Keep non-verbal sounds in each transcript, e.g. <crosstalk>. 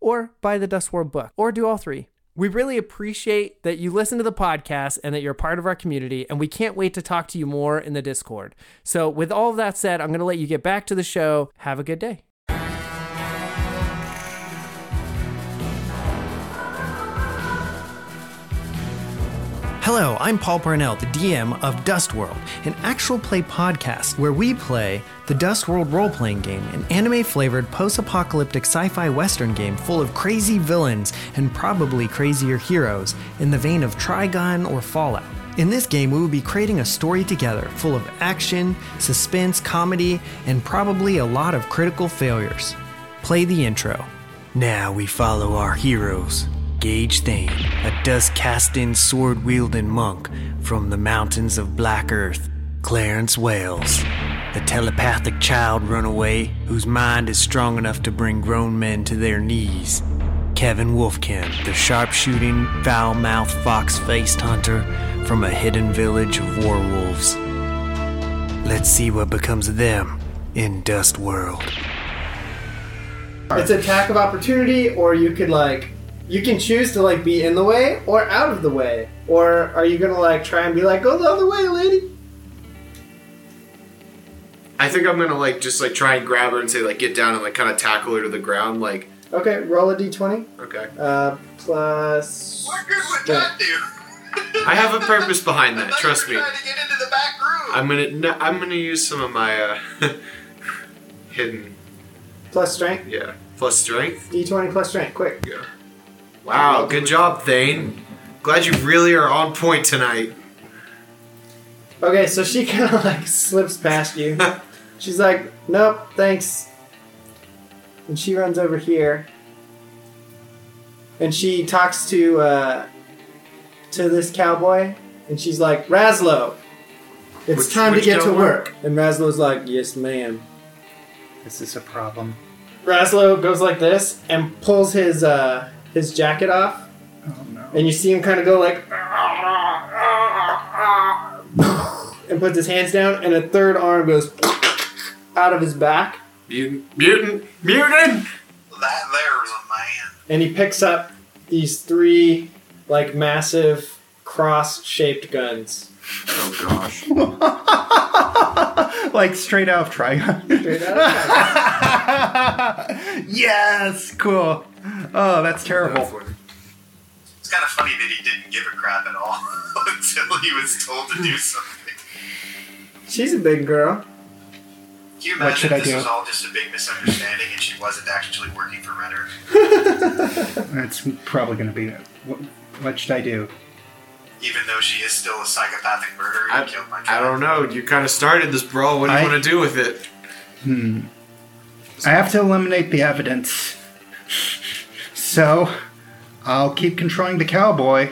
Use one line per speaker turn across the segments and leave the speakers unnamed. or buy the Dust World book or do all three. We really appreciate that you listen to the podcast and that you're a part of our community, and we can't wait to talk to you more in the Discord. So, with all of that said, I'm going to let you get back to the show. Have a good day. Hello, I'm Paul Parnell, the DM of Dust World, an actual play podcast where we play the Dust World role playing game, an anime flavored post apocalyptic sci fi western game full of crazy villains and probably crazier heroes in the vein of Trigon or Fallout. In this game, we will be creating a story together full of action, suspense, comedy, and probably a lot of critical failures. Play the intro. Now we follow our heroes. Gage Thane, a dust casting, sword wielding monk from the mountains of Black Earth, Clarence Wales, the telepathic child runaway whose mind is strong enough to bring grown men to their knees, Kevin Wolfkin, the sharpshooting, foul mouthed, fox faced hunter from a hidden village of werewolves. Let's see what becomes of them in Dust World. It's attack of opportunity, or you could like you can choose to like be in the way or out of the way. Or are you gonna like try and be like, go the other way, lady?
I think I'm gonna like just like try and grab her and say like get down and like kind of tackle her to the ground. Like
Okay, roll a D twenty.
okay,
Uh plus
We're good with
strength.
that, dude.
I have a purpose behind
I
that.
thought
Trust
you
me.
were Trying to get into the back room.
I'm gonna no, I'm gonna use some of my uh, <laughs> hidden
plus strength.
yeah plus strength.
D twenty plus strength, quick.
Yeah. Wow, good job, Thane. Glad you really are on point tonight.
Okay, so she <laughs> kinda like slips past you. She's like, Nope, thanks. And she runs over here. And she talks to uh to this cowboy and she's like, Raslo, it's
Which-
time to
which
get to
cowboy?
work. And Raslo's like, Yes, ma'am.
Is this a problem?
Raslo goes like this and pulls his uh, his jacket off,
Oh no.
and you see him kind of go like, and puts his hands down, and a third arm goes out of his back,
Mutant, mutant, mutant.
that there's a man.
and he picks up
these three like massive cross-shaped guns.
Oh gosh.
<laughs> like straight out of Trigon.
Straight out of
yes, cool. Oh, that's terrible.
It's kind of funny that he didn't give a crap at all <laughs> until he was told to do something.
<laughs> She's a big girl.
Can you imagine
What should
if
I
this
do?
was all just a big misunderstanding and she wasn't actually working for Renner?
That's probably gonna be it. What, what should I do?
Even though she is still a psychopathic murderer
I,
and killed my
I
cat.
don't know. You kind of started this, bro. What do you
I-
want to do with it?
I have to eliminate the evidence. So, I'll keep controlling the cowboy.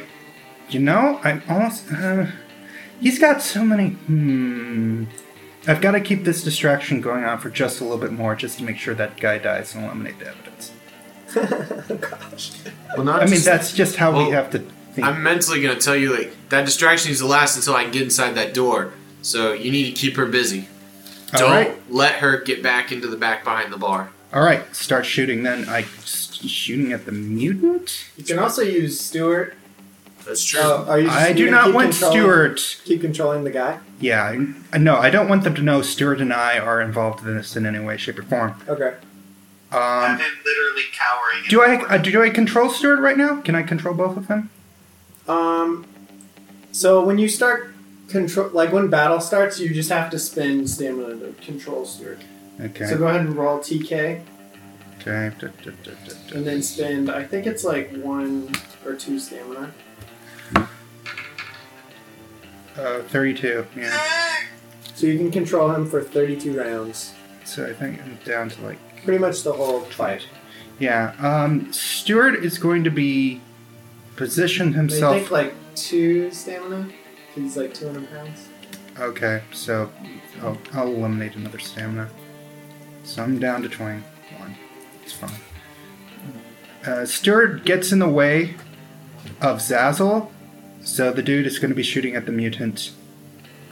You know, I'm almost. Uh, he's got so many. Hmm. I've got to keep this distraction going on for just a little bit more, just to make sure that guy dies and eliminate the evidence.
Well, not
I mean,
just-
that's just how
Well,
we have to think.
I'm mentally gonna tell you like that distraction needs to last until I can get inside that door. So you need to keep her busy.
All
Don't
right.
let her get back into the back behind the bar.
All right, start shooting. Then I st- shooting at the mutant.
You can also use Stuart.
That's
Oh, are you just
I do
gonna
not
keep
want
controlling-
Stuart.
Keep controlling the guy.
Yeah, I- no, I don't want them to know Stuart and I are involved in this in any way, shape, or form.
Okay.
I've
Um,
been literally cowering. in
do I
the
uh,
corner.
do I control Stuart right now? Can I control both of them?
Um. So when you start control, like when battle starts, you just have to spend stamina to control Stuart.
Okay.
So go ahead and roll TK,
okay. da- da- da- da- da.
and then spend. I think it's like one or two stamina.
Uh, Thirty-two. Yeah.
So you can control him for 32 rounds,
So I think I'm down to like
pretty much the whole fight.
yeah. Um, Stuart is going to be position
I think
himself.
like two stamina. He's like 200 pounds.
Okay, so I'll, I'll eliminate another stamina. So I'm down to 21. It's fine. Uh, Stuart gets in the way of Zazzle, so the dude is going to be shooting at the mutant.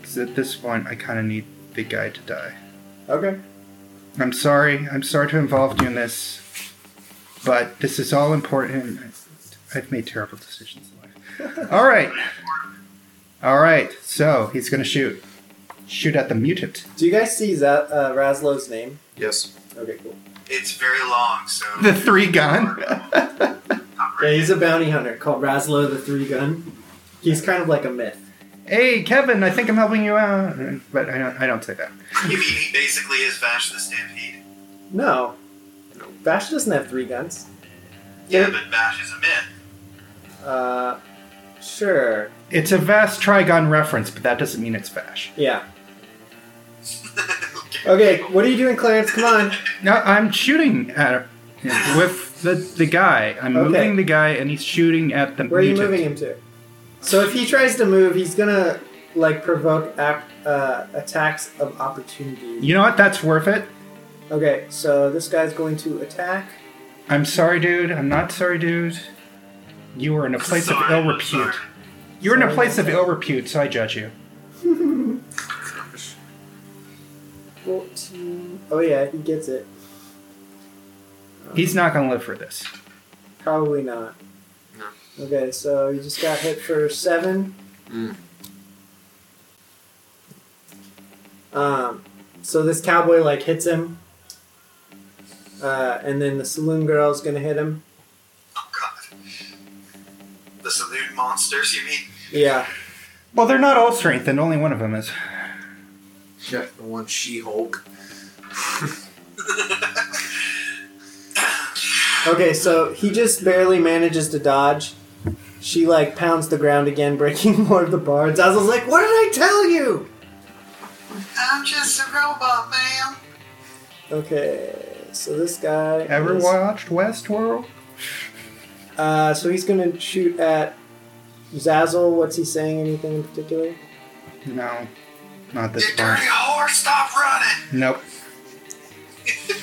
Because at this point, I kind of need the guy to die.
Okay.
I'm sorry. I'm sorry to involve you in this, but this is all important. I've made terrible decisions in life. All right. All right. So he's going to shoot. Shoot at the mutant.
Do you guys see that uh, Raslow's name?
Yes.
Okay, cool.
It's very long,
<laughs>
so.
The three gun.
Yeah, he's a bounty hunter called Raslow the Three Gun. He's kind of like a myth.
Hey, Kevin, I think I'm helping you out. But I don't, I don't say that.
You mean he basically is Vash the Stampede?
No. Bash doesn't have three guns.
Yeah, but Vash is a myth. <laughs>
Uh, sure.
It's a vast Trigon reference, but that doesn't mean it's Vash.
Yeah. Okay, what are you doing, Clarence? Come on.
No, I'm shooting at him with the, the guy. I'm
Okay.
moving the guy, and he's shooting at the
Where are you
mutant.
moving him to? So if he tries to move, he's gonna like provoke ac uh, attacks of opportunity.
You know what? That's worth it.
Okay, so this guy's going to attack.
I'm sorry, dude. I'm not sorry, dude. You were in a place of
Sorry,
ill
I'm
repute.
sorry.
You were in a
Sorry,
place
I'm
of ill repute, so I judge you.
14. Oh yeah, he gets it.
He's not gonna live for this.
Probably not.
No.
Okay, so you just got hit for seven.
Mm.
Um, so this cowboy like hits him, uh, and then the saloon girl's gonna hit him.
Oh, God. The saloon monsters, you mean?
Yeah.
Well, they're not all strengthened. Only one of them is.
Yeah. The one She Hulk.
Okay, so he just barely manages to dodge. She like pounds the ground again, <laughs> breaking more of the bars. I was like, "What did I tell you?"
I'm just a robot, ma'am.
Okay, so this guy.
Ever
is-
watched Westworld?
Uh, so he's gonna shoot at Zazzle. What's he saying? Anything in particular?
No, not
You
this far.
dirty whore, stop running!
Nope.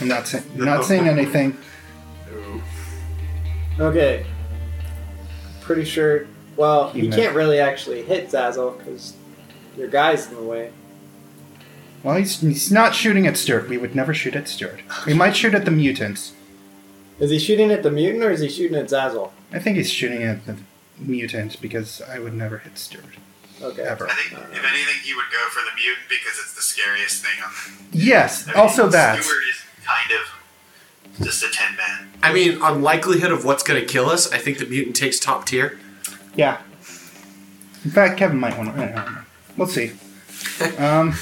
I'm not saying. <laughs> Not saying anything.
Okay. Pretty sure. Well,
He
you
missed.
can't really actually hit Zazzle because your guy's in the way.
Well, he's, he's not shooting at Stuart. We would never shoot at Stuart. We might shoot at the mutants.
Is he shooting at the mutant or is he shooting at Zazzle?
I think he's shooting at the mutant because I would never hit Stuart.
Okay.
Ever.
I think, if anything, he would go for the mutant because it's the scariest thing on the.
Yes,
I mean,
also that.
Stewart is kind of just a ten man.
I mean, on likelihood of what's going to kill us, I think the mutant takes top tier.
Yeah. In fact, Kevin might want to. I don't know.
<laughs>
We'll see. Um,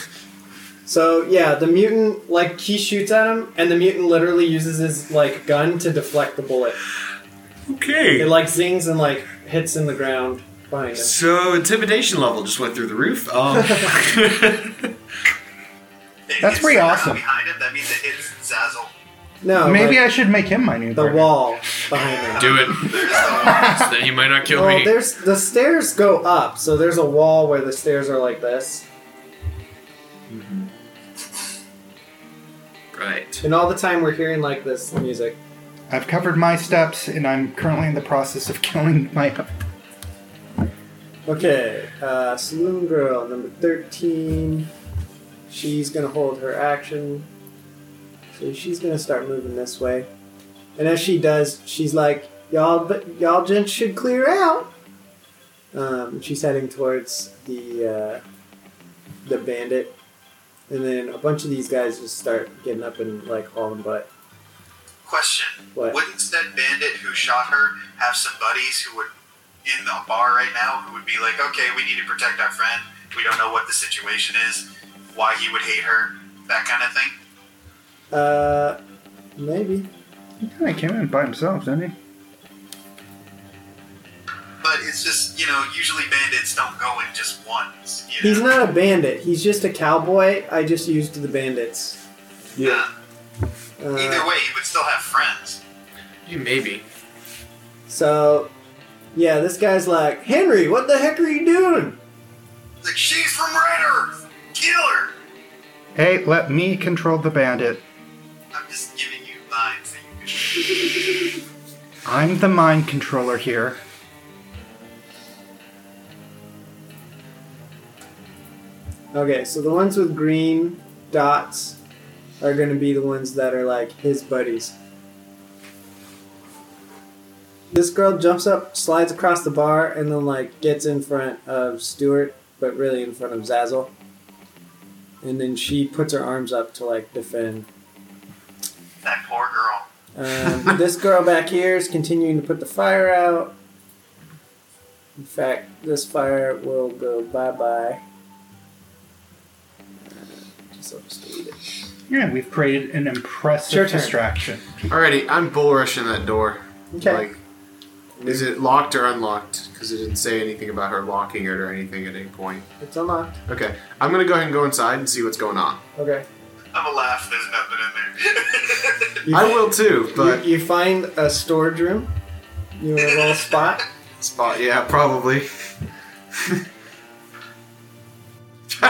So yeah, the mutant like he shoots at him, and the mutant literally uses his like gun to deflect the bullet. It
Okay.
like zings and like hits in the ground behind him.
So intimidation level just went through the roof.
<laughs>
Um,
It
That's
hits
pretty
the ground
awesome.
Behind him, that means it hits Zazzle.
No,
maybe
like,
I should make him my new
the
partner.
wall behind him.
do it. so then he might not kill
Well,
me.
Oh, there's the stairs go up, so there's a wall where the stairs are like this,
Right.
and all the time we're hearing like this music.
I've covered my steps, and I'm currently in the process of <laughs> killing my.
Okay, uh, saloon girl number thirteen. She's gonna hold her action, so she's gonna start moving this way. And as she does, she's like, "Y'all, but y'all gents should clear out." Um, she's heading towards the uh, the bandit, and then a bunch of these guys just start getting up and like hauling butt.
Question:
What?
Wouldn't that bandit who shot her have some buddies who would in the bar right now who would be like, "Okay, we need to protect our friend. We don't know what the situation is, why he would hate her, that kind of thing."
Uh, maybe.
He kind of came in by himself, didn't he?
But it's just you know, usually bandits don't go in just ones. You know?
He's not a bandit. He's just a cowboy. I just used the bandits.
Yeah.
Uh,
Either way, he would still have friends.
Maybe.
So, yeah, this guy's like, Henry, what the heck are you doing?
Like she's from Red Earth. Kill her.
Hey, let me control the bandit.
I'm just giving you lines that you can.
I'm the mind controller here.
Okay, so the ones with green dots are going to be the ones that are like his buddies. This girl jumps up, slides across the bar, and then like gets in front of Stuart, but really in front of Zazzle. And then she puts her arms up to like defend.
That poor girl.
Um, this girl back here is continuing to put the fire out. In fact, this fire will go bye bye. Just overstated.
Yeah, we've created an
Your
impressive
turn.
distraction.
Alrighty, I'm bull rushing that door.
Okay.
Like, is it locked or unlocked? Because it didn't say anything about her locking it or anything at any point.
It's unlocked.
Okay, I'm gonna go ahead and go inside and see what's going on.
Okay.
I'm a laugh. There's nothing in there. <laughs>
You,
I will too, but <laughs>
you, you find a storage room. You want to roll a spot?
spot. Yeah, probably. <laughs>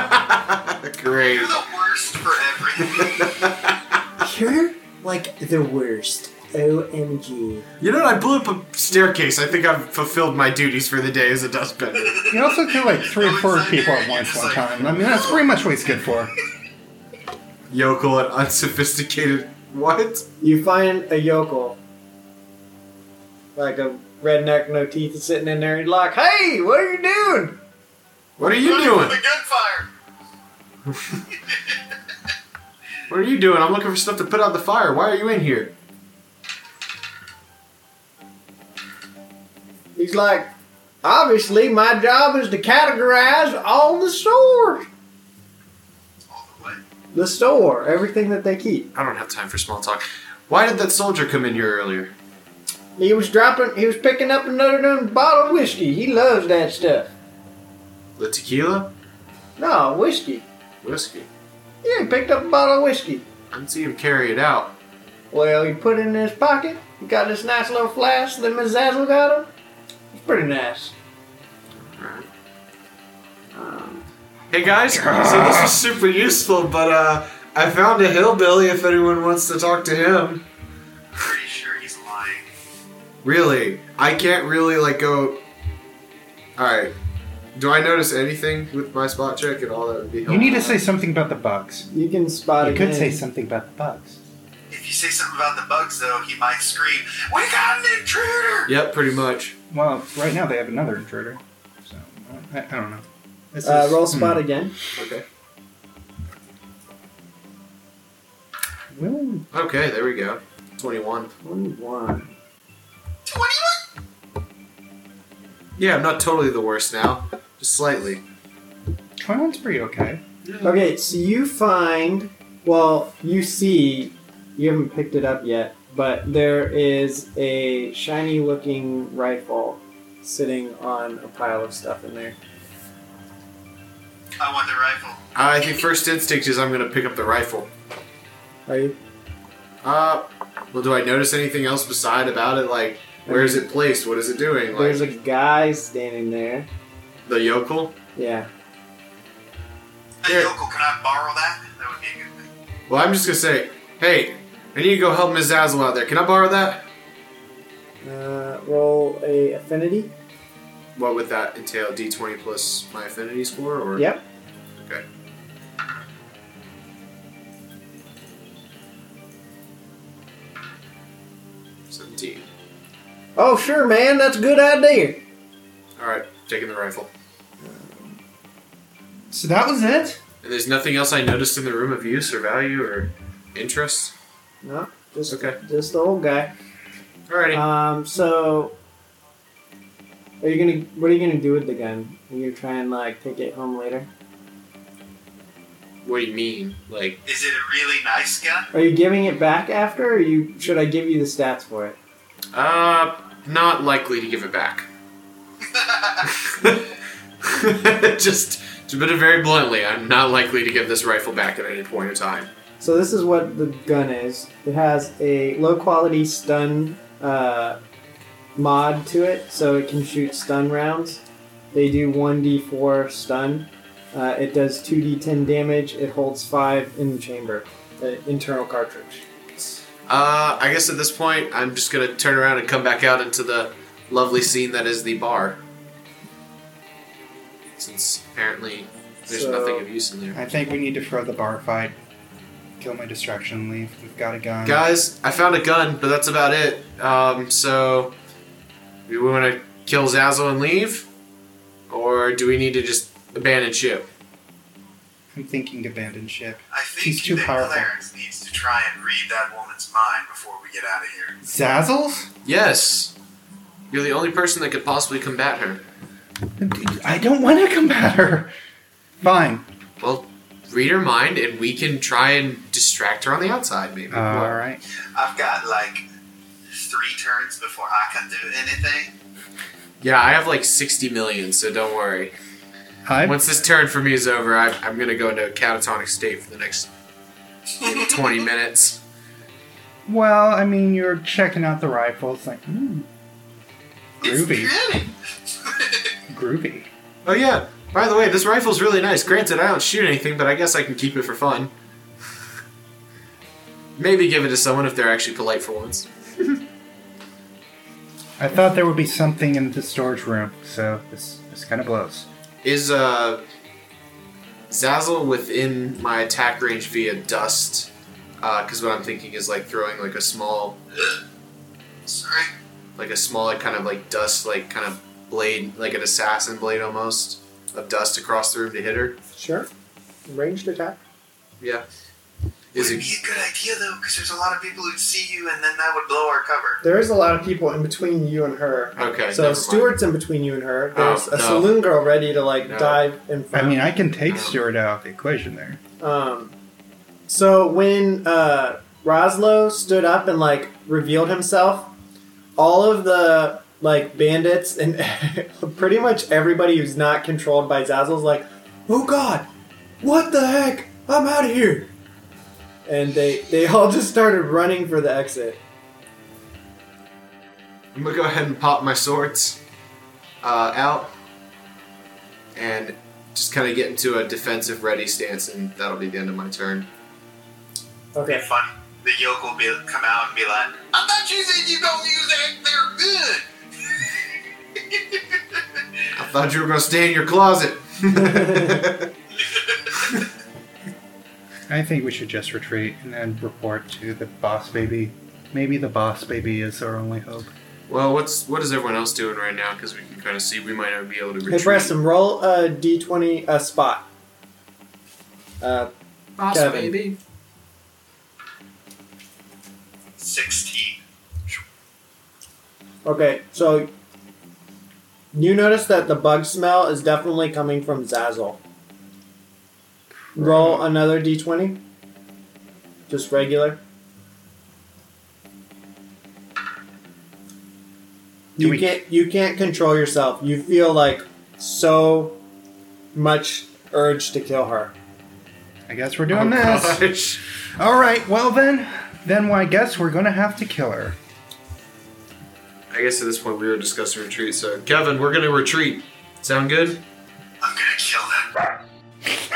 Great.
You're the worst for everything. <laughs>
You're like the worst. OMG.
You know, what? I blew up a staircase. I think I've fulfilled my duties for the day as a dustbender.
You also kill like three or
Go
<laughs>
four
inside
people
there and
at once
you're
one
just like-
time. I mean, that's pretty much what he's good for.
Yokel and unsophisticated. What?
You find a yokel. Like a redneck, no teeth, sitting in there. He's like, hey, what are you doing?
What are you
The
doing?
gunfire.
What are you doing? I'm looking for stuff to put out the fire. Why are you in here?
He's like, obviously, my job is to categorize all the stores.
All the way.
The store, everything that they keep.
I don't have time for small talk. Why did that soldier come in here earlier?
He was dropping, he was picking up another damn bottle of whiskey. He loves that stuff.
The tequila?
No, whiskey.
Whiskey.
Yeah, he picked up a bottle of whiskey.
I didn't see him carry it out.
Well, he put it in his pocket. He got this nice little flask that Miss Zazzle got him. It's pretty nice.
Alright. Um, Hey guys, so this is super useful, but uh, I found a hillbilly if anyone wants to talk to him.
Pretty sure he's lying.
Really? I can't really, like, go. Alright. Do I notice anything with my spot check at all that would be helpful?
You need to say something about the bugs.
You can spot
You
it.
could
in.
say something about the bugs.
If you say something about the bugs, though, he might scream, "We got an intruder!"
Yep, pretty much.
Well, right now they have another intruder. So uh, I, I don't know. This
Uh,
is-
roll
hmm.
spot again.
Okay.
Will
Okay, there we go. 21.
Twenty-one.
Twenty-one.
Yeah, I'm not totally the worst now. Just slightly.
Twenty-one's pretty okay.
Okay, so you find, well, you see, you haven't picked it up yet, but there is a shiny looking rifle sitting on a pile of stuff in there.
I want the rifle.
I think first instinct is I'm gonna pick up the rifle.
Are you?
Uh, well, do I notice anything else beside about it? Like, where is it placed? What is it doing?
There's a
Like,
guy standing there.
the yokel?
Yeah.
Hey,
Here.
yokel, can I borrow that? That would be a good thing.
Well, I'm just gonna say, hey, I need to go help Ms. Zazzle out there. Can I borrow that?
Uh, roll a affinity.
What would that entail? D20 plus my affinity score? Or
Yep.
Okay. Seventeen.
Oh, sure, man. That's a good idea.
All right, taking the rifle.
So that was it.
And there's nothing else I noticed in the room of use or value or interest.
No, just
Okay.
just the old guy.
Alrighty.
Um, so are you gonna? What are you gonna do with the gun? Are you gonna try and like take it home later?
what do you mean? Like,
Is it a really nice gun?
Are you giving it back after, or you should I give you the stats for it?
uh, not likely to give it back. <laughs> just, to put it very bluntly, I'm not likely to give this rifle back at any point in time.
So this is what the gun is. It has a low quality stun uh, mod to it, so it can shoot stun rounds. They do 1d4 stun. Uh, it does 2d10 damage. It holds five in the chamber, uh, internal cartridge.
Uh, I guess at this point, I'm just gonna turn around and come back out into the lovely scene that is the bar. Since apparently there's
So-
nothing of use in there.
I think we need to throw the bar fight. Kill my distraction. and Leave. We've got a gun.
Guys, I found a gun, but that's about it. Um, so, do we want to kill Zazzle and leave? Or do we need to just abandon ship?
I'm thinking abandon ship.
I think
He's too
that
powerful.
Clarence needs to try and read that woman's mind before we get out of here.
Zazzles?
Yes! You're the only person that could possibly combat her.
I don't want to combat her. Fine.
Well, read her mind, and we can try and distract her on the outside, maybe.
All right.
I've got like three turns before I can do anything.
Yeah, I have like 60 million, so don't worry.
I
Once this turn for me is over, I, I'm going to go into a catatonic state for the next 20 minutes.
well, I mean, you're checking out the rifle. It's like hmm, Groovy.
It's pretty.
groovy.
Oh yeah. By the way, this rifle's really nice. Granted, I don't shoot anything, but I guess I can keep it for fun. Maybe give it to someone if they're actually polite for once.
I thought there would be something in the storage room, so this this kind of blows.
Is uh Zazzle within my attack range via dust? Because what I'm thinking is like throwing like a small,
Sorry.
like a small like, kind of like dust, like kind of blade, like an assassin blade almost of dust across the room to hit her.
Sure. Ranged attack.
Yeah. Is
Is would
it?
be a good idea though, because there's a lot of people who'd see you, and then that would blow our cover.
There is a lot of people in between you and her.
Okay. never
so
mind.
Stewart's in between you and her.
Oh,
There's a
no.
saloon girl ready to like
No.
dive in
I
front.
mean, I can take Stuart out of the equation there.
Um, so when uh, Roslo stood up and like revealed himself, all of the like bandits and <laughs> pretty much everybody who's not controlled by Zazzle's like, "Oh God, what the heck? I'm out of here!" And they they <laughs> all just started running for the exit.
I'm gonna go ahead and pop my swords uh, out and just kind of get into a defensive ready stance, and that'll be the end of my turn.
It'd be
Okay.
funny. The yoke will be, come out and be like, "I thought you said you gonna use that. They're good." <laughs>
I thought you were gonna stay in your closet.
I think we should just retreat and then report to the boss baby. Maybe the boss baby is our only hope.
Well, what's what is everyone else doing right now? Because we can kind of see we might not be able to retreat.
Hey, Preston, roll a d20 uh, spot. Uh,
Boss
Kevin.
baby.
16.
okay, so you notice that the bug smell is definitely coming from Zazzle. Roll another d20. Just regular.
Do
You
we-
can't you can't control yourself. You feel like so much urge to kill her.
I guess we're
Oh,
doing this.
gosh.
All right. Well then, then well, I guess we're gonna have to kill her.
I guess at this point we were discussing retreat. So Kevin, we're gonna retreat. Sound good?
I'm gonna kill them.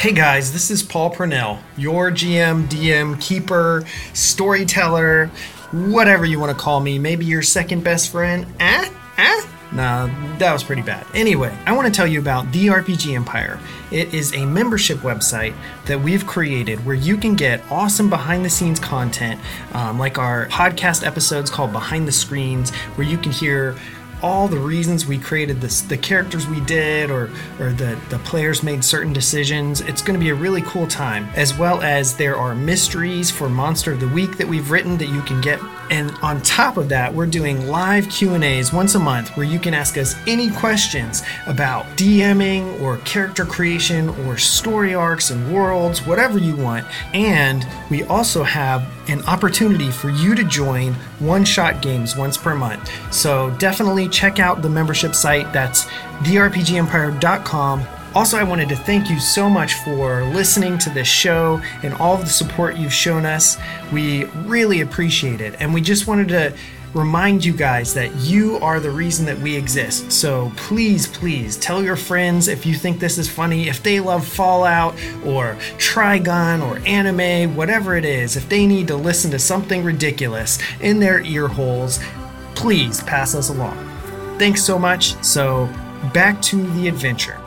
Hey guys, this is Paul Purnell, your GM, DM, keeper, storyteller, whatever you want to call me. Maybe your second best friend. Eh? Eh? Nah, that was pretty bad. Anyway, I want to tell you about The RPG Empire. It is a membership website that we've created where you can get awesome behind the scenes content, um, like our podcast episodes called Behind the Screens, where you can hear all the reasons we created this, the characters we did, or or the the players made certain decisions. It's going to be a really cool time. As well as there are mysteries for Monster of the Week that we've written that you can get. And on top of that, we're doing live Q and A's once a month where you can ask us any questions about DMing or character creation or story arcs and worlds, whatever you want. And we also have an opportunity for you to join one shot games once per month. So definitely check out the membership site. That's therpgempire.com. Also, I wanted to thank you so much for listening to this show and all of the support you've shown us. We really appreciate it. And we just wanted to remind you guys that you are the reason that we exist. So please, please tell your friends if you think this is funny, if they love Fallout or Trigon or anime, whatever it is, if they need to listen to something ridiculous in their ear holes, please pass us along. Thanks so much. So back to the adventure.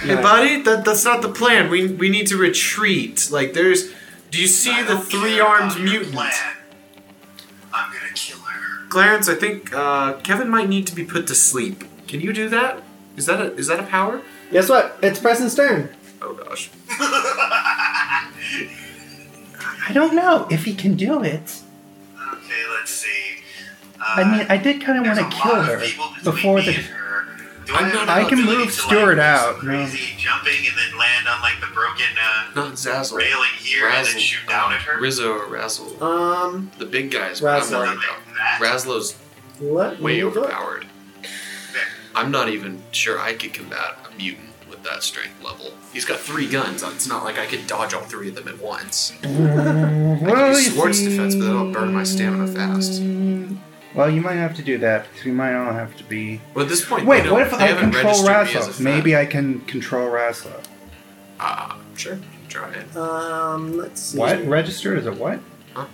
Hey, buddy, that, that's not the plan. We we need to retreat. Like, there's. Do you see
I
the
don't care
three armed
about your
mutant?
plan. I'm gonna kill her. <laughs>
Clarence, I think uh, Kevin might need to be put to sleep. Can you do that? Is that a, is that a power?
Guess what? It's Preston's turn.
Oh gosh. <laughs>
I don't know if he can do it.
Okay, let's see. Uh,
I mean, I did kind of
there's
want
a
to kill
lot of
her
people between
before
me
the.
and her. Do
I'm
have
not-
an
I
can
ability
move
to, like,
Stuart
do some
out, no.
Crazy jumping and then land on like the broken. Uh,
Not Zazzle.
Railing here and then shoot down at her?
Rizzo or Razzle.
Um,
the big guys.
Razzle.
Razzle.
something like that.
Razzlo's
let
way
me look.
overpowered.
There.
I'm not even sure I could combat a mutant with that strength level. He's got three guns. It's not like I could dodge all three of them at once. I could
Well,
use
you
swords
see-
defense, but that'll burn my stamina fast.
Well, you might have to do that because we might all have to be.
Well, at this point,
Wait,
they
what
don't-
if
they
I
haven't
control
registered me as
Raslo?
a
Maybe I can control Raslo.
Ah, sure. you can Try it.
Um, let's see.
What? Register is a what?
I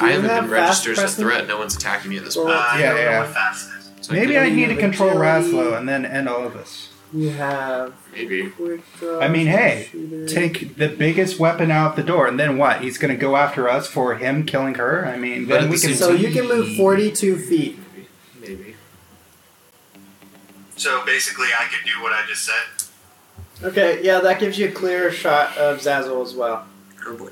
you
haven't
have
been
fast
registered as a
pressing?
threat. No one's attacking me at this
Uh,
point.
I
Yeah,
don't
yeah.
know what fast is.
So
Maybe
I
I
can-
need to control
Agility.
Raslo and then end all of this.
You have
Maybe.
quick draw.
I mean, hey,
sharpshooter.
take the biggest weapon out the door, and then what? He's gonna go after us for him killing her. I mean,
But
then
at
we
the
can.
same
So you can move 42 feet.
Maybe. Maybe.
So basically, I could do what I just said.
Okay, yeah, that gives you a clearer shot of Zazzle as well.
Oh boy.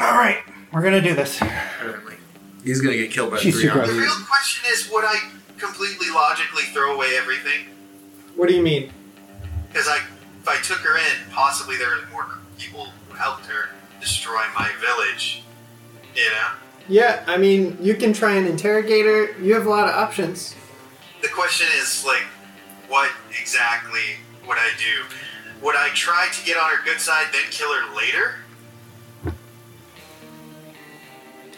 All right, we're gonna do this.
Apparently. He's gonna get killed by
She's
three
super
arms.
The real question is, would I completely logically throw away everything?
What do you mean?
Because I, if I took her in, possibly there was more people who helped her destroy my village. You know,
Yeah, I mean, you can try an interrogator. You have a lot of options.
the question is like, what exactly would I do? Would I try to get on her good side, then kill her later?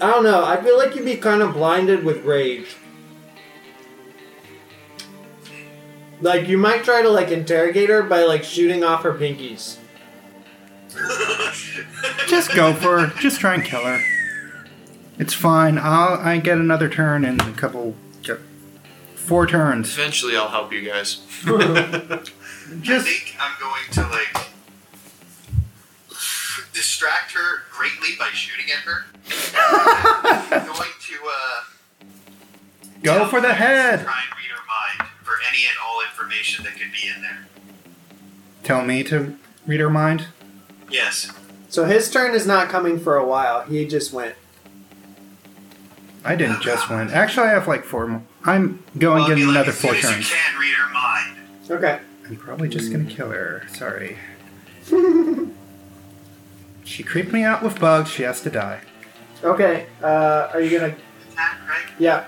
I don't know. I feel like you'd be kind of blinded with rage. Like, you might try to, like, interrogate her by, like, shooting off her pinkies.
Just go for her. Just try and kill her. It's fine. I'll I get another turn in a couple, four turns.
Eventually, I'll help you guys.
I
Just
think I'm going to like distract her greatly by shooting at her. I'm going to uh,
go for the head.
Try and read her mind for any and all information that could be in there.
Tell me to read her mind.
Yes.
So his turn is not coming for a while. He just went.
I didn't just win. Actually, I have like four more. I'm going
I'll
to
be
get
like,
another
as
four
soon As
turns.
you can read her mind.
Okay.
I'm probably just gonna kill her.
<laughs>
Sorry. she creeped me out with bugs. She has to die.
Okay. Uh, are you gonna?
Attack, right?
Yeah.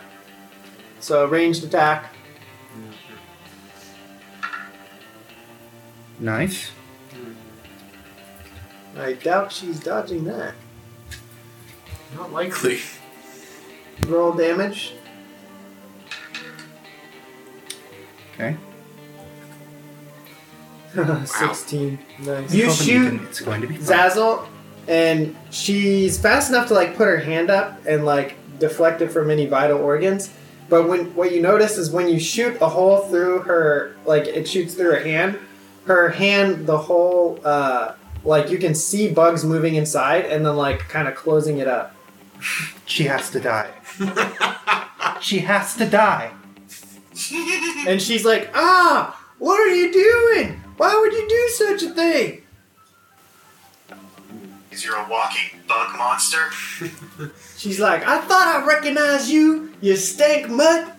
So ranged attack.
Nice.
I doubt she's dodging that.
Not likely.
Roll damage.
Okay.
<laughs> Sixteen. Nice.
I
You
was hoping
shoot
didn't. It's going to be. fine.
Zazzle, and she's fast enough to like put her hand up and like deflect it from any vital organs. But when what you notice is when you shoot a hole through her, like it shoots through her hand, her hand, the whole, uh, like you can see bugs moving inside and then like kind of closing it up.
She has to die. she has to die.
And she's like, ah, what are you doing? Why would you do such a thing?
Because you're a walking bug monster.
She's like, I thought I recognized you, you stank mutt.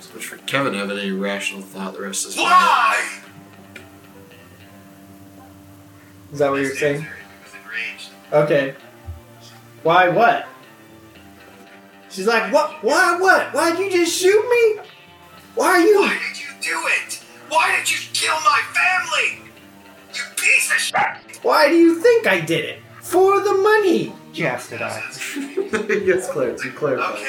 So much for Kevin having any rational thought the rest of his life.
Why?
Is that what
His
you're saying?
answer was enraged.
Okay. Why what? She's like, what? Why what? Why'd you just shoot me? Why are you?
Why did you do it? Why did you kill my family? You piece of shit!
Why do you think I did it? For the money.
She has
<laughs>
to die. <laughs>
yes, Clarence, you clarify.
Okay.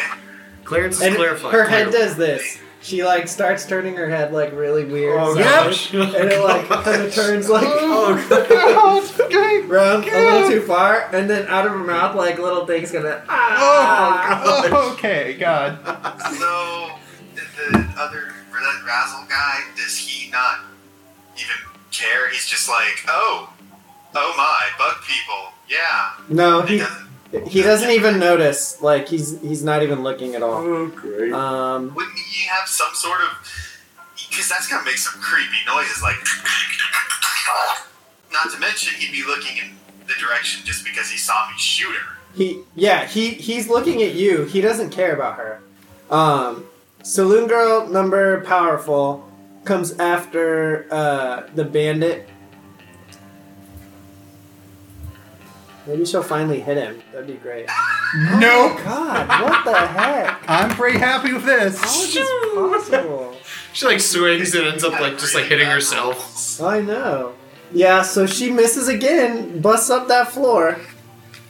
Clarence is
And
clarifying.
her head does this. She like starts turning her head like really weird.
Oh,
sideways,
gosh.
And it like kind of turns like
<laughs> Oh, God.
round a little too far, and then out of her mouth like little things
Oh,
gonna. Ah.
okay, God.
So, did the other that Razzle guy, does he not even care? He's just like, oh, oh my, bug people, yeah.
No,
And he
he
doesn't,
he doesn't even notice. Like he's he's not even looking at all.
Oh, great.
Um.
wouldn't he have some sort of. Because that's gonna make some creepy noises, like. Not to mention, he'd be looking in the direction just because he saw me shoot her.
He yeah, he he's looking at you. He doesn't care about her. Um Saloon Girl number powerful comes after uh the bandit. Maybe she'll finally hit him. That'd be great.
Nope.
God, what the heck?
I'm pretty happy with
How is
this.
this possible?
She like swings and ends up like just like hitting herself.
I know. Yeah, so she misses again, busts up that floor.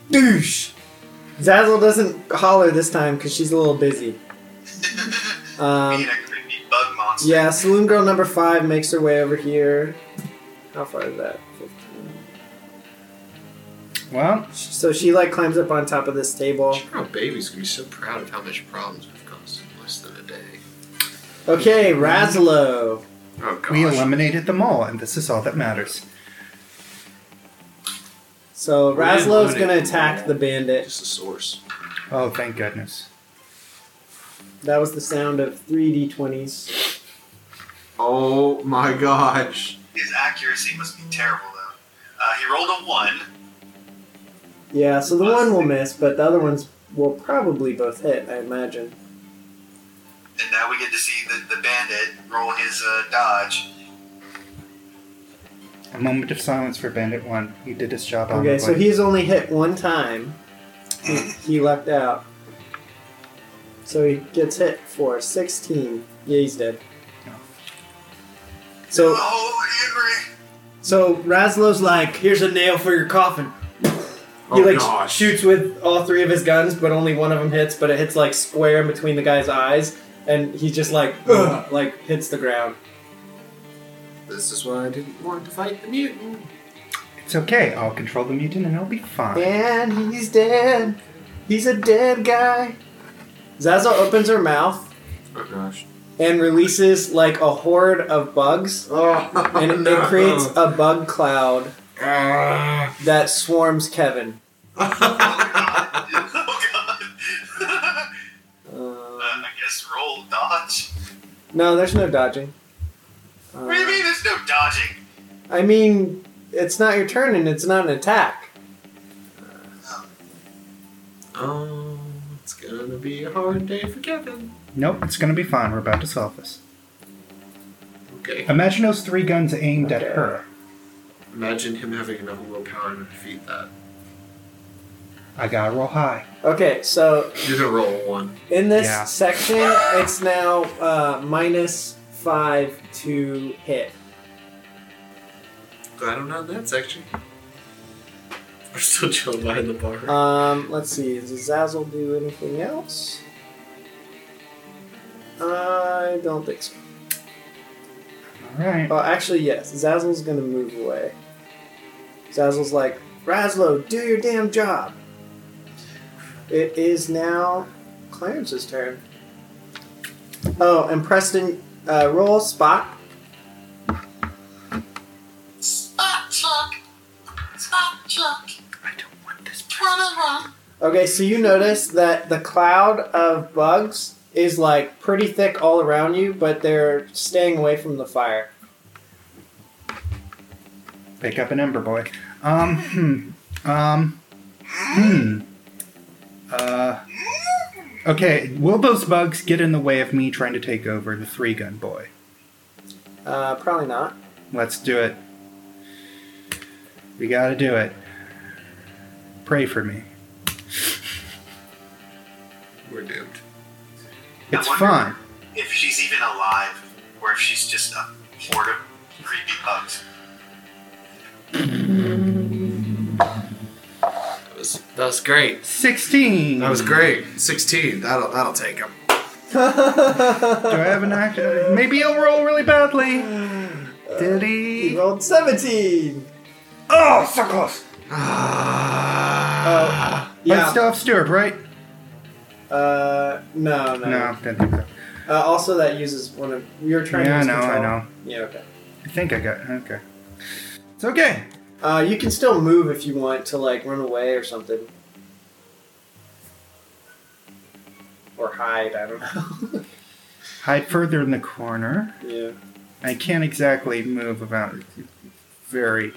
Douche! Zazzle doesn't holler this time because she's a little busy. Um,
Being a creepy bug monster.
Yeah, saloon girl number five makes her way over here. How far is that? 15.
Well,
So she like climbs up on top of this table.
Our baby's gonna be so proud of how much problems we've caused in less than a day.
Okay, Razlo.
Oh gosh.
we eliminated them all, and this is all that matters.
So
We're in
Razlo's
Lodi.
gonna attack the bandit.
Just the source.
Oh, thank goodness.
That was the sound of three d20s.
Oh my gosh.
His accuracy must be terrible, though. Uh, he rolled a one.
Yeah, so the one will miss, but the other ones will probably both hit, I imagine.
And now we get to see the, the bandit roll his uh, dodge.
A moment of silence for Bandit One. He did his job.
Okay, so
honorably.
he's only hit one time. He, he left out. So he gets hit for 16. Yeah, he's dead. So
Oh, Henry!
So Razlo's like, here's a nail for your coffin.
Oh
He like
gosh.
shoots with all three of his guns, but only one of them hits. But it hits like square in between the guy's eyes, and he just like "Ugh," <clears throat> like hits the ground.
This is why I didn't want to fight the mutant.
it's It's okay. I'll control the mutant and it'll be fine.
And he's dead. He's a dead guy. Zaza opens her mouth
Oh gosh.
and releases like a horde of bugs,
Oh,
and it- it creates
<laughs>
a bug cloud
Ah.
that swarms Kevin.
<laughs>
<laughs>
oh god. <laughs> uh,
Uh,
I guess roll dodge.
no, there's no dodging. Uh,
What do you mean there's no dodging?
I mean, it's not your turn and it's not an attack.
Oh, it's gonna be a hard day for Kevin.
Nope, it's gonna be fine. We're about to solve this.
Okay.
Imagine those three guns aimed at
Okay.
her.
Imagine him having enough willpower to defeat that.
I gotta roll high.
Okay, so
You're gonna roll a one.
in this
Yeah.
section, it's now uh, minus five to hit.
Glad I'm not in that section. We're still chilling behind the bar.
Um, let's see. Does Zazzle do anything else? I don't think so.
Alright.
Well, Oh, actually, yes. Zazzle's gonna move away. Zazzle's like, Razlo, do your damn job. It is now Clarence's turn. Oh, and Preston, uh, roll spot.
Spot check. Spot check.
I don't want this.
Twenty-one.
Okay, so you notice that the cloud of bugs is like pretty thick all around you, but they're staying away from the fire.
Pick up an ember boy. Um, hmm. Um, hmm. Uh, okay, will those bugs get in the way of me trying to take over the three gun boy?
Uh, probably not.
Let's do it. We gotta do it. Pray for me.
We're doomed.
It's
I wonder-
fine.
If she's even alive, or if she's just a horde of creepy bugs.
That was, that was great.
16!
That was great. 16. That'll that'll take him.
Do I have an action? Maybe he'll roll really badly. Did
He
he?
rolled 17!
Oh, so close.
Oh,
Ah. But
yeah.
still have Stewart, right?
uh, no, no.
No, didn't think so.
Uh, also, that uses one of. You're trying
Yeah, I
to use
know, I
control.
know.
Yeah, okay.
I think I got okay. It's okay.
Uh, you can still move if you want to, like, run away or something. Or hide, I don't know. <laughs>
Hide further in the corner.
yeah.
I can't exactly move about very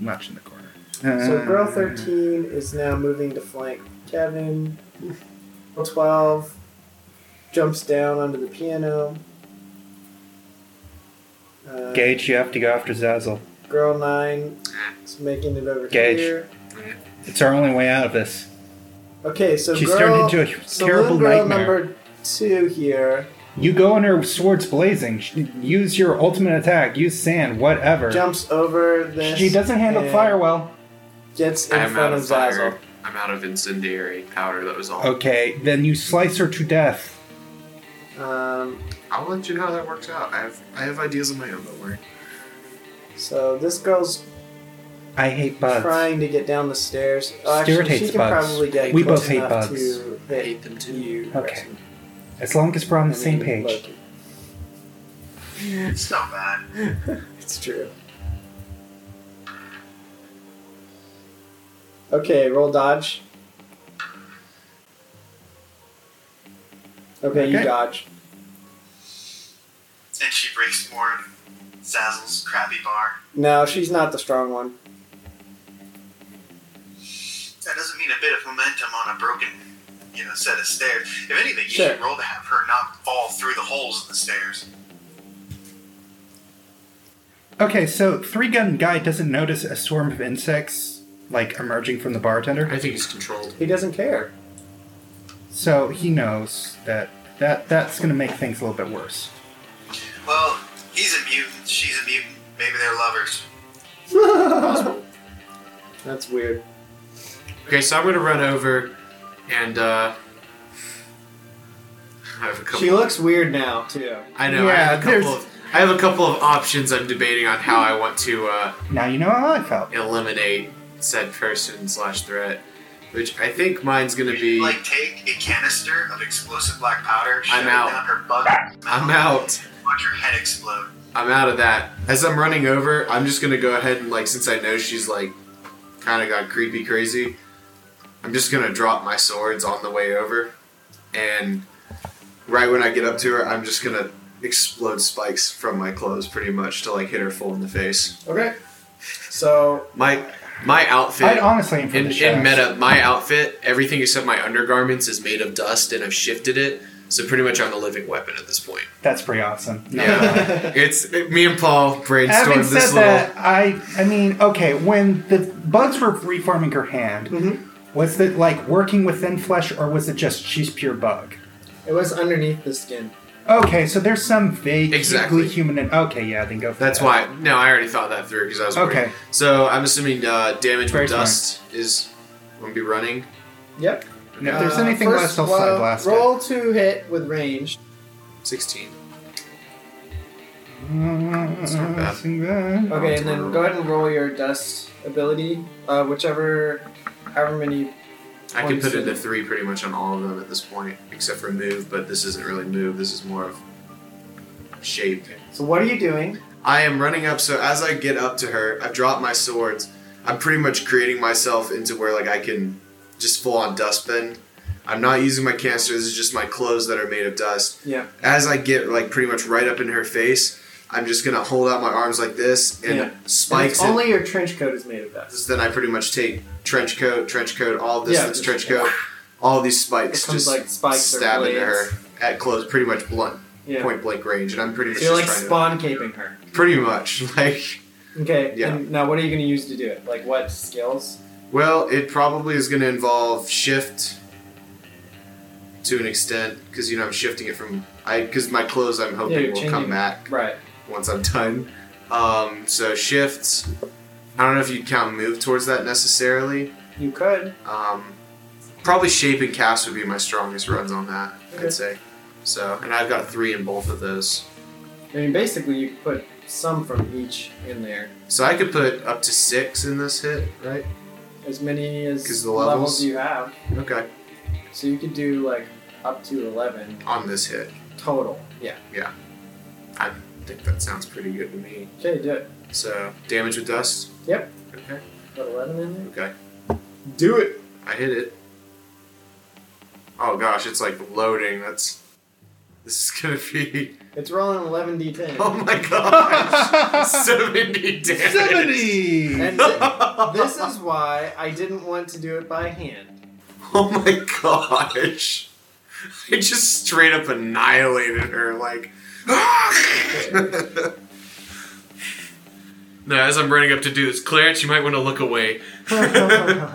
much in the corner.
So girl
Uh,
13 is now moving to flank Kevin. Girl 12 jumps down onto the piano. Uh,
Gage, you have to go after Zazzle.
Girl 9 is making it over
Gage.
here.
It's our only way out of this.
Okay, so
She's
girl,
turned into a
saloon
terrible
girl
nightmare.
number 2 here
You go in her swords blazing. sh- Use your ultimate attack. Use sand, whatever.
jumps over this.
She doesn't handle
and
fire well.
Gets in front of Zazzle.
I'm out of incendiary powder. That was all.
Okay, then you slice her to death.
Um,
I'll let you know how that works out. I have I have ideas of my own. Don't worry.
so this girl's
I hate bugs.
trying to get down the stairs. Oh,
Uh, Stuart
actually,
hates
she can
bugs.
probably get
We
close
both hate
enough
bugs.
To hit
hate them too.
You,
Okay.
Preston.
As long as we're on the
I
same
mean,
page.
Loki.
It's so bad.
It's true. Okay, roll dodge. Okay, you
Okay.
dodge.
And she breaks more of Zazzle's crappy bar.
No, she's not the strong one.
That doesn't mean a bit of momentum on a broken, you know, set of stairs. If anything, you
Sure.
should roll to have her not fall through the holes in the stairs.
Okay, so three gun guy doesn't notice a swarm of insects like emerging from the bartender.
I think he's controlled.
He doesn't care.
So he knows that that that's going to make things a little bit worse.
Well, he's a mutant. She's a mutant. Maybe they're lovers.
That's weird.
Okay, so I'm gonna run over, and uh, I have a couple.
She looks weird now too.
I know. I
Yeah,
have a couple.
there's-
Of, I I have a couple of options I'm debating on how I want to uh,
Now you know how I felt.
eliminate said person slash threat, which I think mine's gonna be
Like, take a canister of explosive black powder, shove
I'm
it
out.
down her bug,
I'm out.
watch her head explode.
I'm out of that. As I'm running over, I'm just gonna go ahead and like since I know she's like kind of got creepy crazy, I'm just gonna drop my swords on the way over, and right when I get up to her, I'm just gonna explode spikes from my clothes pretty much to like hit her full in the face.
Okay.
So
My my outfit.
I'd honestly aim for
in,
the
in
chest.
meta, my outfit, everything except my undergarments is made of dust, and I've shifted it. So pretty much, I'm a living weapon at this
<laughs>
point.
That's pretty awesome. No.
Yeah, it's it- me and Paul
Having
brainstormed
said
this little.
that, I I mean, okay, when the bugs were reforming her hand,
Mm-hmm.
was it like working with thin flesh, or was it just she's pure bug?
it was underneath the skin.
Okay, so there's some vague,
Exactly.
vaguely human. In- okay, yeah, then go. For
That's
that. <laughs>
why. No, I already thought that through because I was worried.
Okay.
So I'm assuming uh, damage
Very
with dust is I'm gonna be running. Uh,
Yep.
And if there's anything
Uh, first
left, I'll
wa-
side blast it.
Roll to hit with range.
Sixteen. not bad.
Mm,
Okay, and then go ahead and roll your dust ability, uh, whichever, however many.
I can put it
Twenty-seven.
to three pretty much on all of them at this point, except for move. But this isn't really move. This is more of shape.
So what are you doing?
I am running up, so as I get up to her, I've dropped my swords. I'm pretty much creating myself into where like I can just full on dustbin. I'm not using my canister. This is just my clothes that are made of dust.
Yeah.
As I get like pretty much right up in her face, I'm just gonna hold out my arms like this and
Yeah. And
spikes
it's
it.
only your trench coat is made of dust.
then I pretty much take trench coat, trench coat, all this
Yeah,
that's
just-
trench
<laughs>
coat, all these spikes
It comes
just
like spikes or
stab into her
blades.
at close, pretty much blunt,
Yeah.
point blank range, and I'm pretty much
So you're like
just
spawn caping her.
trying to, pretty much <laughs> like.
Okay.
Yeah.
And now what are you going to use to do it? Like what skills?
Well, it probably is going to involve shift to an extent because you know I'm shifting it from I because my clothes I'm
Yeah,
hoping
you're
will
changing.
come back
Right.
once I'm done. Um, so shifts. I don't know if you'd count move towards that necessarily.
You could.
Um, probably shape and cast would be my strongest runs on that.
Okay.
I'd say. So, and I've got three in both of those.
I mean, basically, you could put some from each in there,
So I could put up to six in this hit, right?
as many
'Cause
as
the
levels.
levels?
you have.
Okay,
So you could do like up to eleven
on this hit.
total. Yeah.
I think that sounds pretty good to me.
Okay, do it.
So damage with dust.
Yep.
Okay.
Put eleven in there.
Okay.
Do it.
I hit it. Oh gosh, it's like loading. That's this is gonna be. <laughs>
It's rolling eleven <laughs> d10.
Oh my gosh, seventy damage.
Seventy.
<laughs> And thi- this is why I didn't want to do it by hand.
Oh my gosh. I just straight up annihilated her, like. <laughs> no, as I'm running up to do this, Clarence, you might want to look away.
No,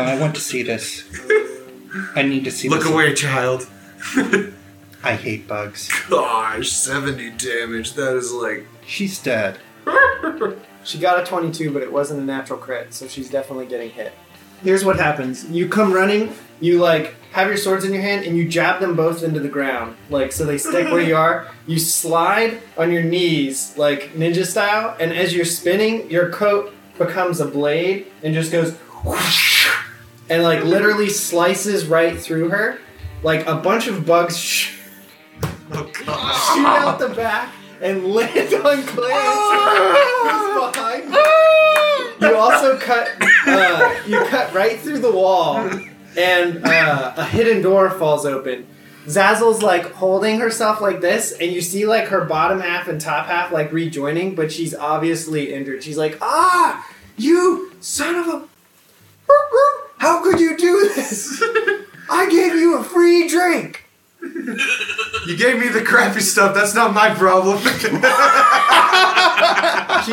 I want to see this. I need to see.
Look
this.
away, child.
I hate bugs.
Gosh, 70 damage. That is like.
She's dead.
She got a 22, but it wasn't a natural crit, so she's definitely getting hit. Here's what happens: you come running, you like have your swords in your hand, and you jab them both into the ground, like so they stick where you are. You slide on your knees, like ninja style, and as you're spinning, your coat becomes a blade and just goes, whoosh, and like literally slices right through her, like a bunch of bugs. Sh-
Oh
shoot
gosh.
out the back and land on Clarence, who's behind you. You also cut, uh, you cut right through the wall, and uh, a hidden door falls open. Zazzle's like holding herself like this, and you see like her bottom half and top half like rejoining, but she's obviously injured. She's like, ah, you son of a. How could you do this? I gave you a free drink.
You gave me the crappy stuff. That's not my problem. <laughs>
She's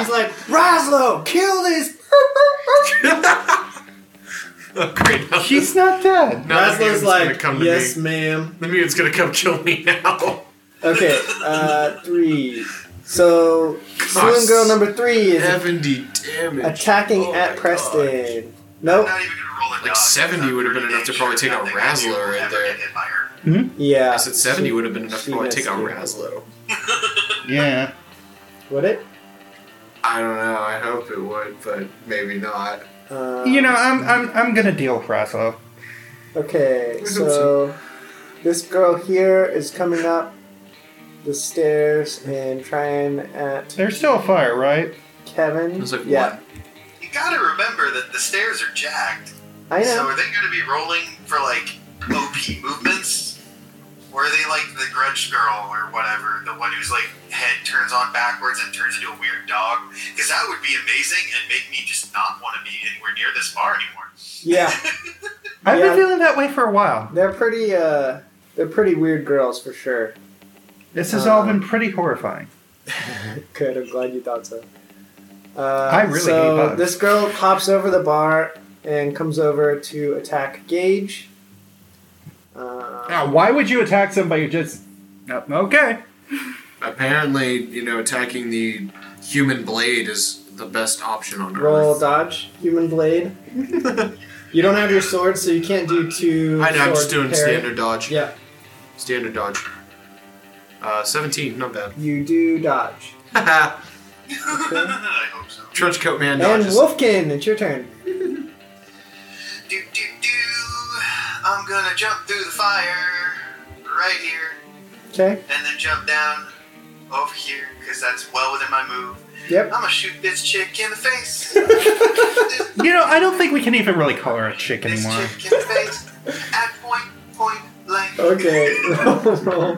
like, Roslo, kill this. <laughs>
oh, great. <laughs> Now,
She's not dead.
now the
Roslo's
mute's
like,
gonna come to
yes,
me.
ma'am.
The mute's gonna come kill me now.
<laughs> Okay, uh, three. So, Saloon Girl number three is
70 damage.
attacking
Oh
at
my
Preston. Nope.
Not even gonna roll a
Like,
dodge.
70
I'm
would have
pretty
been enough to
dang
probably
sure
take a
nothing I do
Razzler
will
in
ever
there.
get hit by her.
Yeah.
I said 70 would have been enough
she
to probably take
missed
out
it.
Raslo.
Yeah.
Would it?
I don't know. I hope it would, but maybe not.
Uh,
You know, I'm I'm I'm gonna deal with Roslo.
Okay, so this girl here is coming up the stairs and trying at
There's still a fire, right?
Kevin.
There's like
yeah,
one.
You gotta remember that the stairs are jacked.
I know.
So are they gonna be rolling for like OP movements? Or are they like the grudge girl or whatever, the one whose like head turns on backwards and turns into a weird dog? Because that would be amazing and make me just not want to be anywhere near this bar anymore. <laughs>
yeah,
I've
Yeah.
been feeling that way for a while.
they're pretty. Uh, they're pretty weird girls for sure.
This has all
Uh,
been pretty horrifying.
Good. I'm glad you thought so. Uh,
I really
so
hate bugs.
this girl pops over the bar and comes over to attack Gage. Uh,
Now, why would you attack somebody who just
Oh, Okay.
Apparently, you know, attacking the human blade is the best option on
Roll
Earth.
dodge, human blade. you don't have your sword, so you can't do two.
I know. I'm
sword
just doing
parry.
standard dodge.
Yeah,
Standard dodge. Uh, 17. Not bad.
you do dodge.
Haha.
I hope so.
<laughs> Trench coat man
And
dodges.
Wolfkin, it's your turn.
Do do do. I'm gonna jump through the fire right here
Okay.
and then jump down over here because that's well within my move. I'm
Yep.
gonna shoot this chick in the
<laughs>
face.
You know, I don't think we can even really call her a chick
this
anymore.
chick in the face at point point blank.
Okay. <laughs> Roll.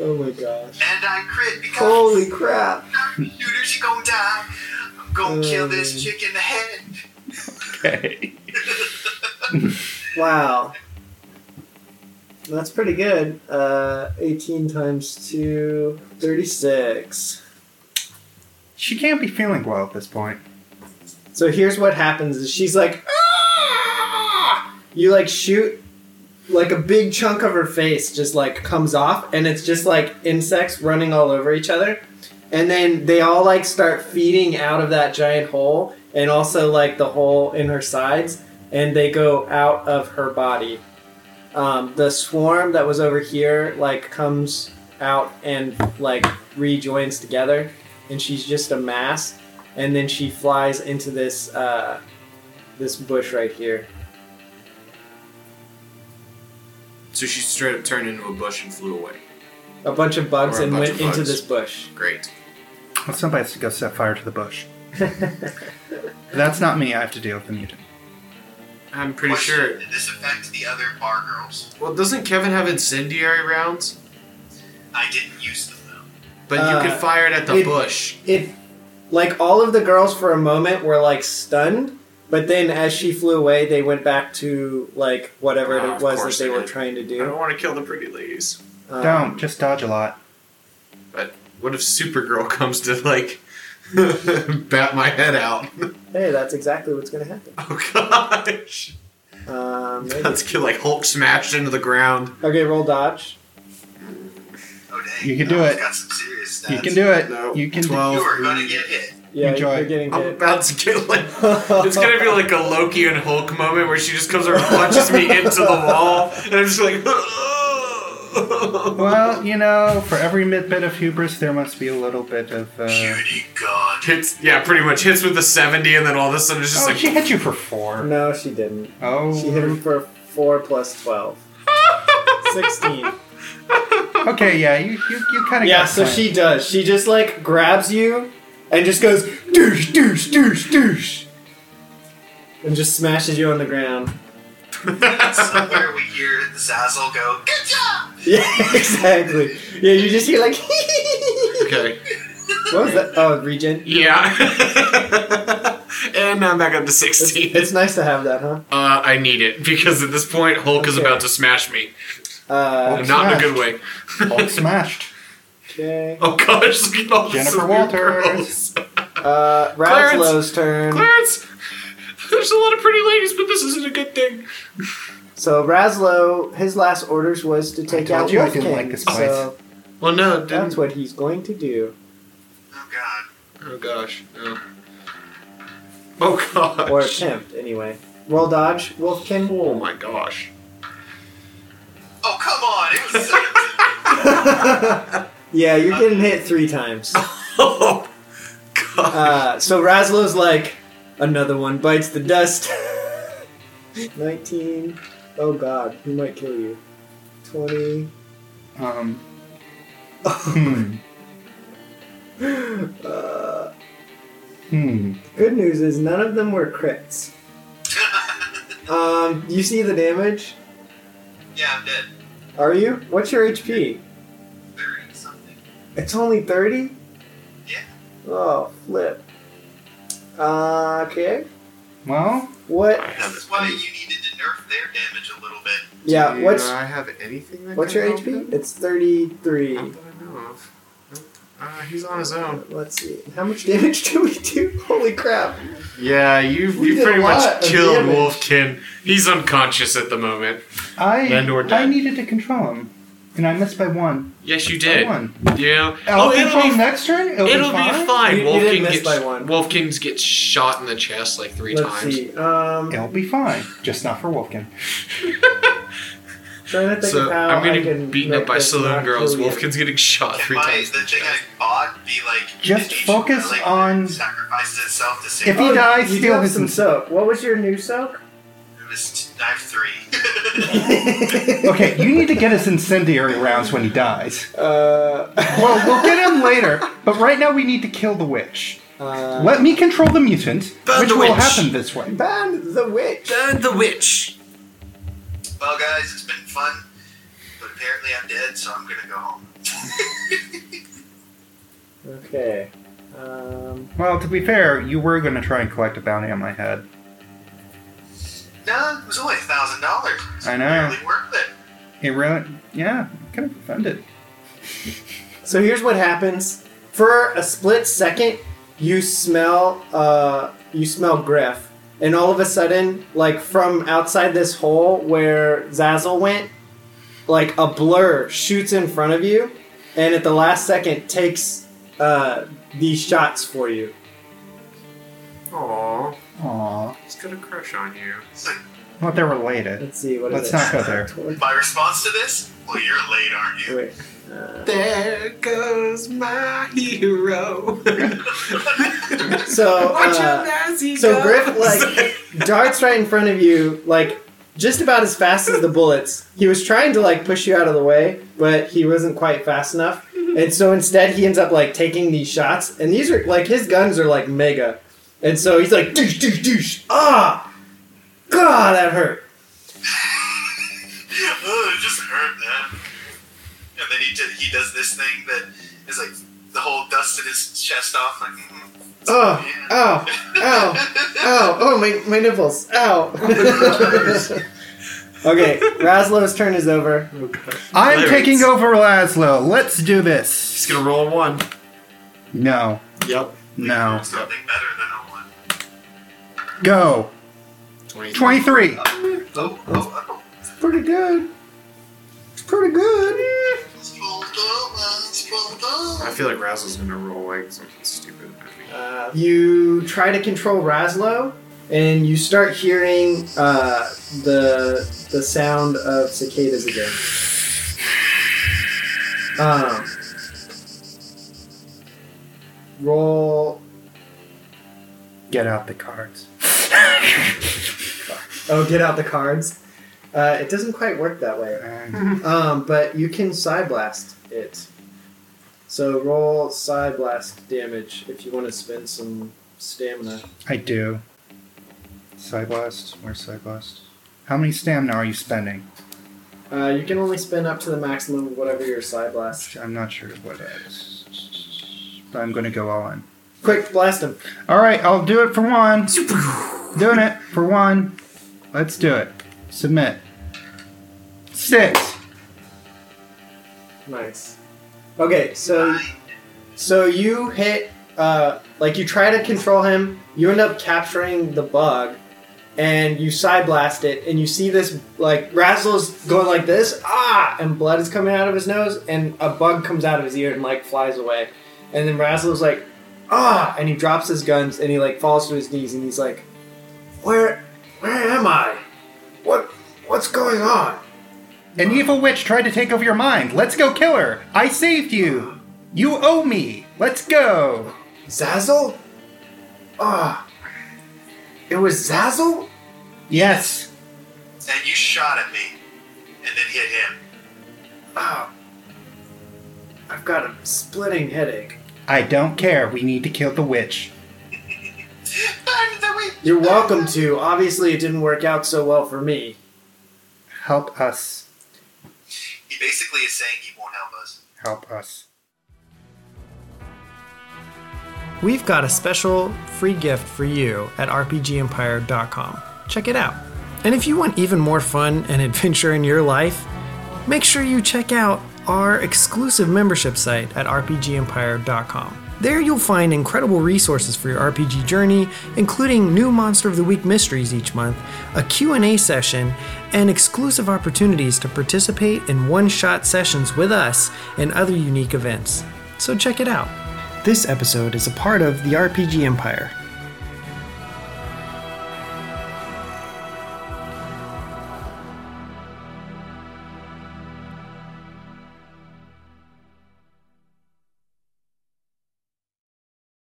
oh my gosh.
And I crit because
Holy crap.
shooter, she gonna die. I'm gonna kill
Um.
this chick in the head.
<laughs> Okay.
Wow. That's pretty good. Uh, 18 times 2, 36.
She can't be feeling well at this point.
So here's what happens is she's like "Ah!" you like shoot like a big chunk of her face just like comes off and it's just like insects running all over each other and then they all like start feeding out of that giant hole and also like the hole in her sides and they go out of her body um, the swarm that was over here like comes out and like rejoins together and she's just a mass and then she flies into this uh, this bush right here.
So she straight up turned into a bush and flew away.
A bunch of bugs
Or a
and
bunch
went
of
into
bugs.
this bush. <laughs>
Great.
Well, somebody has to go set fire to the bush. That's not me. I have to deal with the mutant.
I'm pretty
Question,
sure.
Did this affect the other bar girls?
Well, doesn't Kevin have incendiary rounds?
I didn't use them though.
But
Uh,
you could fire it at the
it-
bush.
It like all of the girls for a moment were like stunned, but then as she flew away, they went back to like whatever
Oh,
it
of
was that
course
they
they
were
did.
trying to
I don't
do.
want to kill the pretty ladies.
Um,
don't just dodge a lot.
But what if Supergirl comes to like <laughs> bat my head out? <laughs>
Hey, that's exactly what's gonna happen.
Oh gosh. <laughs>
Um, maybe-
Let's get like Hulk smashed into the ground.
okay, roll dodge.
Oh dang.
You can do
Oh, it's
it.
Got some serious stats.
You can do it.
No.
You can. do-
You
Twelve.
are gonna get hit.
Yeah,
Enjoy.
you're getting
I'm
hit.
about to get like it's gonna be like a Loki and Hulk moment where she just comes over and punches me into the wall and I'm just like <laughs>
Well, you know, for every mid bit of hubris, there must be a little bit of. Uh...
Beauty god.
hits yeah, pretty much hits with the seventy and then all of a sudden it's just
Oh,
like
she hit you for four.
No, she didn't.
Oh.
She hit him for four plus twelve. Sixteen.
Okay, yeah, you you, you kind of.
Yeah, so she does. She just like grabs you and just goes douche, douche, douche, douche, and just smashes you on the ground.
<laughs>
Somewhere we hear the Zazzle go, Good job!
Yeah, exactly. Yeah, you just hear like.
Okay.
what was that? Oh, regen.
Yeah. <laughs> and I'm back up to
It's,
sixteen.
it's nice to have that, huh?
Uh, I need it because at this point Hulk is
Okay.
about to smash me.
Uh,
Hulk
Not in a
smashed.
good way. <laughs>
Hulk smashed.
okay.
Oh gosh, look at all the
Jennifer
super
Walters.
girls.
Uh,
Clarence.
Raslow's turn.
Clarence, there's a lot of pretty ladies, but this isn't a good thing.
So Raslow, his last orders was to take
told
out
you I
Wolfkin.
didn't like this place.
so
Well, no, it
that's
didn't.
what he's going to do.
Oh god.
Oh gosh. No. Oh <laughs> gosh.
Or attempt, anyway. Roll dodge, Wolfkin.
oh
<laughs>
my gosh. <laughs>
Oh
<laughs>
come on! It was
<laughs>
Yeah, you're getting hit three times.
Oh, God.
Uh, so Raslow's like, another one bites the dust. <laughs> 19. Oh god, he might kill you.
<laughs>
20.
Um. hmm.
Uh,
Hmm.
good news is none of them were
<laughs>
crits. Um, you see the damage?
yeah, I'm dead.
Are you? What's your HP?
Thirty something.
It's only 30?
Yeah.
Oh, flip. Uh, okay.
Well,
What?
This is why you needed to nerf their damage a little bit.
Yeah,
Do
what's
I have anything that
what's
can
your
help him?
HP? It's 33.
Not that I know of. Uh, he's on his own.
Let's see. How much damage <laughs> do we do? Holy crap.
Yeah, you
We
you
did
pretty
a lot
much
of
killed
damage.
Wolfkin. He's unconscious at the moment.
I
Then we're
I
dead.
needed to control him, and I missed by one.
Yes, you
By
did.
one.
Yeah.
I'll
oh, it'll
control
be
him next turn. It'll,
it'll
be fine.
fine.
You- you
Wolfkin
did miss
gets
by one.
Wolfkin gets shot in the chest like 3
Let's
times.
see. Um,
It'll be fine. Just not for Wolfkin.
trying to think
So
of how
I'm
I
getting
can
beaten
make
up by
this
saloon
not
girls.
kill you.
Wolfkin's getting shot
Can
three
my
times.
the thing I bought be like
Just
an issue
focus
where, like,
on-
sacrifices itself to save
If he
others?
dies,
Oh, you do
steal
have
his-
some soak. What was your new soak?
It was- I have three. <laughs>
Okay, you need to get his incendiary rounds when he dies.
<laughs> Uh,
Well, we'll get him later, but right now we need to kill the witch.
uh,
Let me control the mutant,
Burn
which
the
will
witch.
happen this way.
Ban the witch.
Burn the witch.
well, guys, it's been fun, but apparently I'm dead, so I'm gonna go home.
Okay. Um,
Well, to be fair, you were going to try and collect a bounty on my head.
No, it was only a thousand dollars.
I know.
Really worth it.
It really, yeah, I'm kind of offended.
so here's what happens. For a split second, you smell uh, you smell Griff, and all of a sudden, like from outside this hole where Zazzle went, like a blur shoots in front of you, and at the last second takes uh, these shots for you.
Aww,
Aww.
he's got a crush on you.
It's like,
Well, they're related.
Let's see. What
Let's
is
not go
it?
there.
my response to this? Well, you're late, aren't you?
<laughs> Wait. Uh,
There goes my hero.
so. uh,
as he
So Griff like darts right in front of you, like just about as fast as the bullets. He was trying to like push you out of the way, but he wasn't quite fast enough. And so instead he ends up like taking these shots, and these are like his guns are like mega. And so he's like douche douche douche. Ah God that hurt.
Ugh, it just hurt, man. And then he did, he does this thing that is like the whole dust in his chest off. Like, mm
Oh oh oh oh oh my my nipples. Ow <laughs> Okay, Raslow's turn is over.
I'm
Hilarious.
taking over Laszlo. Let's do this.
He's gonna roll a one.
No,
Yep.
no.
something better than a one.
Go. 23.
Oh, oh, oh.
It's pretty good. It's pretty good.
Scroll down, man, scroll
I
down.
feel like Razzle's gonna roll like something stupid.
Uh, you try to control Raslo, and you start hearing uh, the the sound of cicadas again. Um, roll.
Get out the cards.
Oh, get out the cards. Uh, it doesn't quite work that way.
<laughs> And
Um, but you can side blast it. So roll side blast damage if you want to spend some stamina.
I do. Side blast. Where's side blast? How many stamina are you spending?
Uh, you can only spend up to the maximum of whatever your side blast.
I'm not sure what that is. But I'm going to go all in.
Quick, blast him.
All right, I'll do it for one. Doing it for one. Let's do it. Submit. Six.
Nice. Okay, so so you hit uh like you try to control him, you end up capturing the bug, and you side blast it, and you see this like Razzle's going like this, ah, and blood is coming out of his nose, and a bug comes out of his ear and like flies away. And then Razzle's like, ah, and he drops his guns and he like falls to his knees and he's like, Where where am I? What what's going on?
An evil witch tried to take over your mind. Let's go kill her. I saved you. You owe me. Let's go.
Zazzle? Ah. it was Zazzle?
Yes.
And you shot at me, and then hit him.
Oh. I've got a splitting headache.
I don't care. We need to kill the witch.
<laughs> Ah, that way-
You're welcome to. Obviously, it didn't work out so well for me.
Help us.
He basically is saying he won't help us.
Help us.
We've got a special free gift for you at RPGEmpire.com. Check it out. And if you want even more fun and adventure in your life, make sure you check out our exclusive membership site at RPGEmpire.com. There you'll find incredible resources for your RPG journey, including new Monster of the Week mysteries each month, a Q&A session, and exclusive opportunities to participate in one-shot sessions with us and other unique events. So check it out. This episode is a part of the RPG Empire.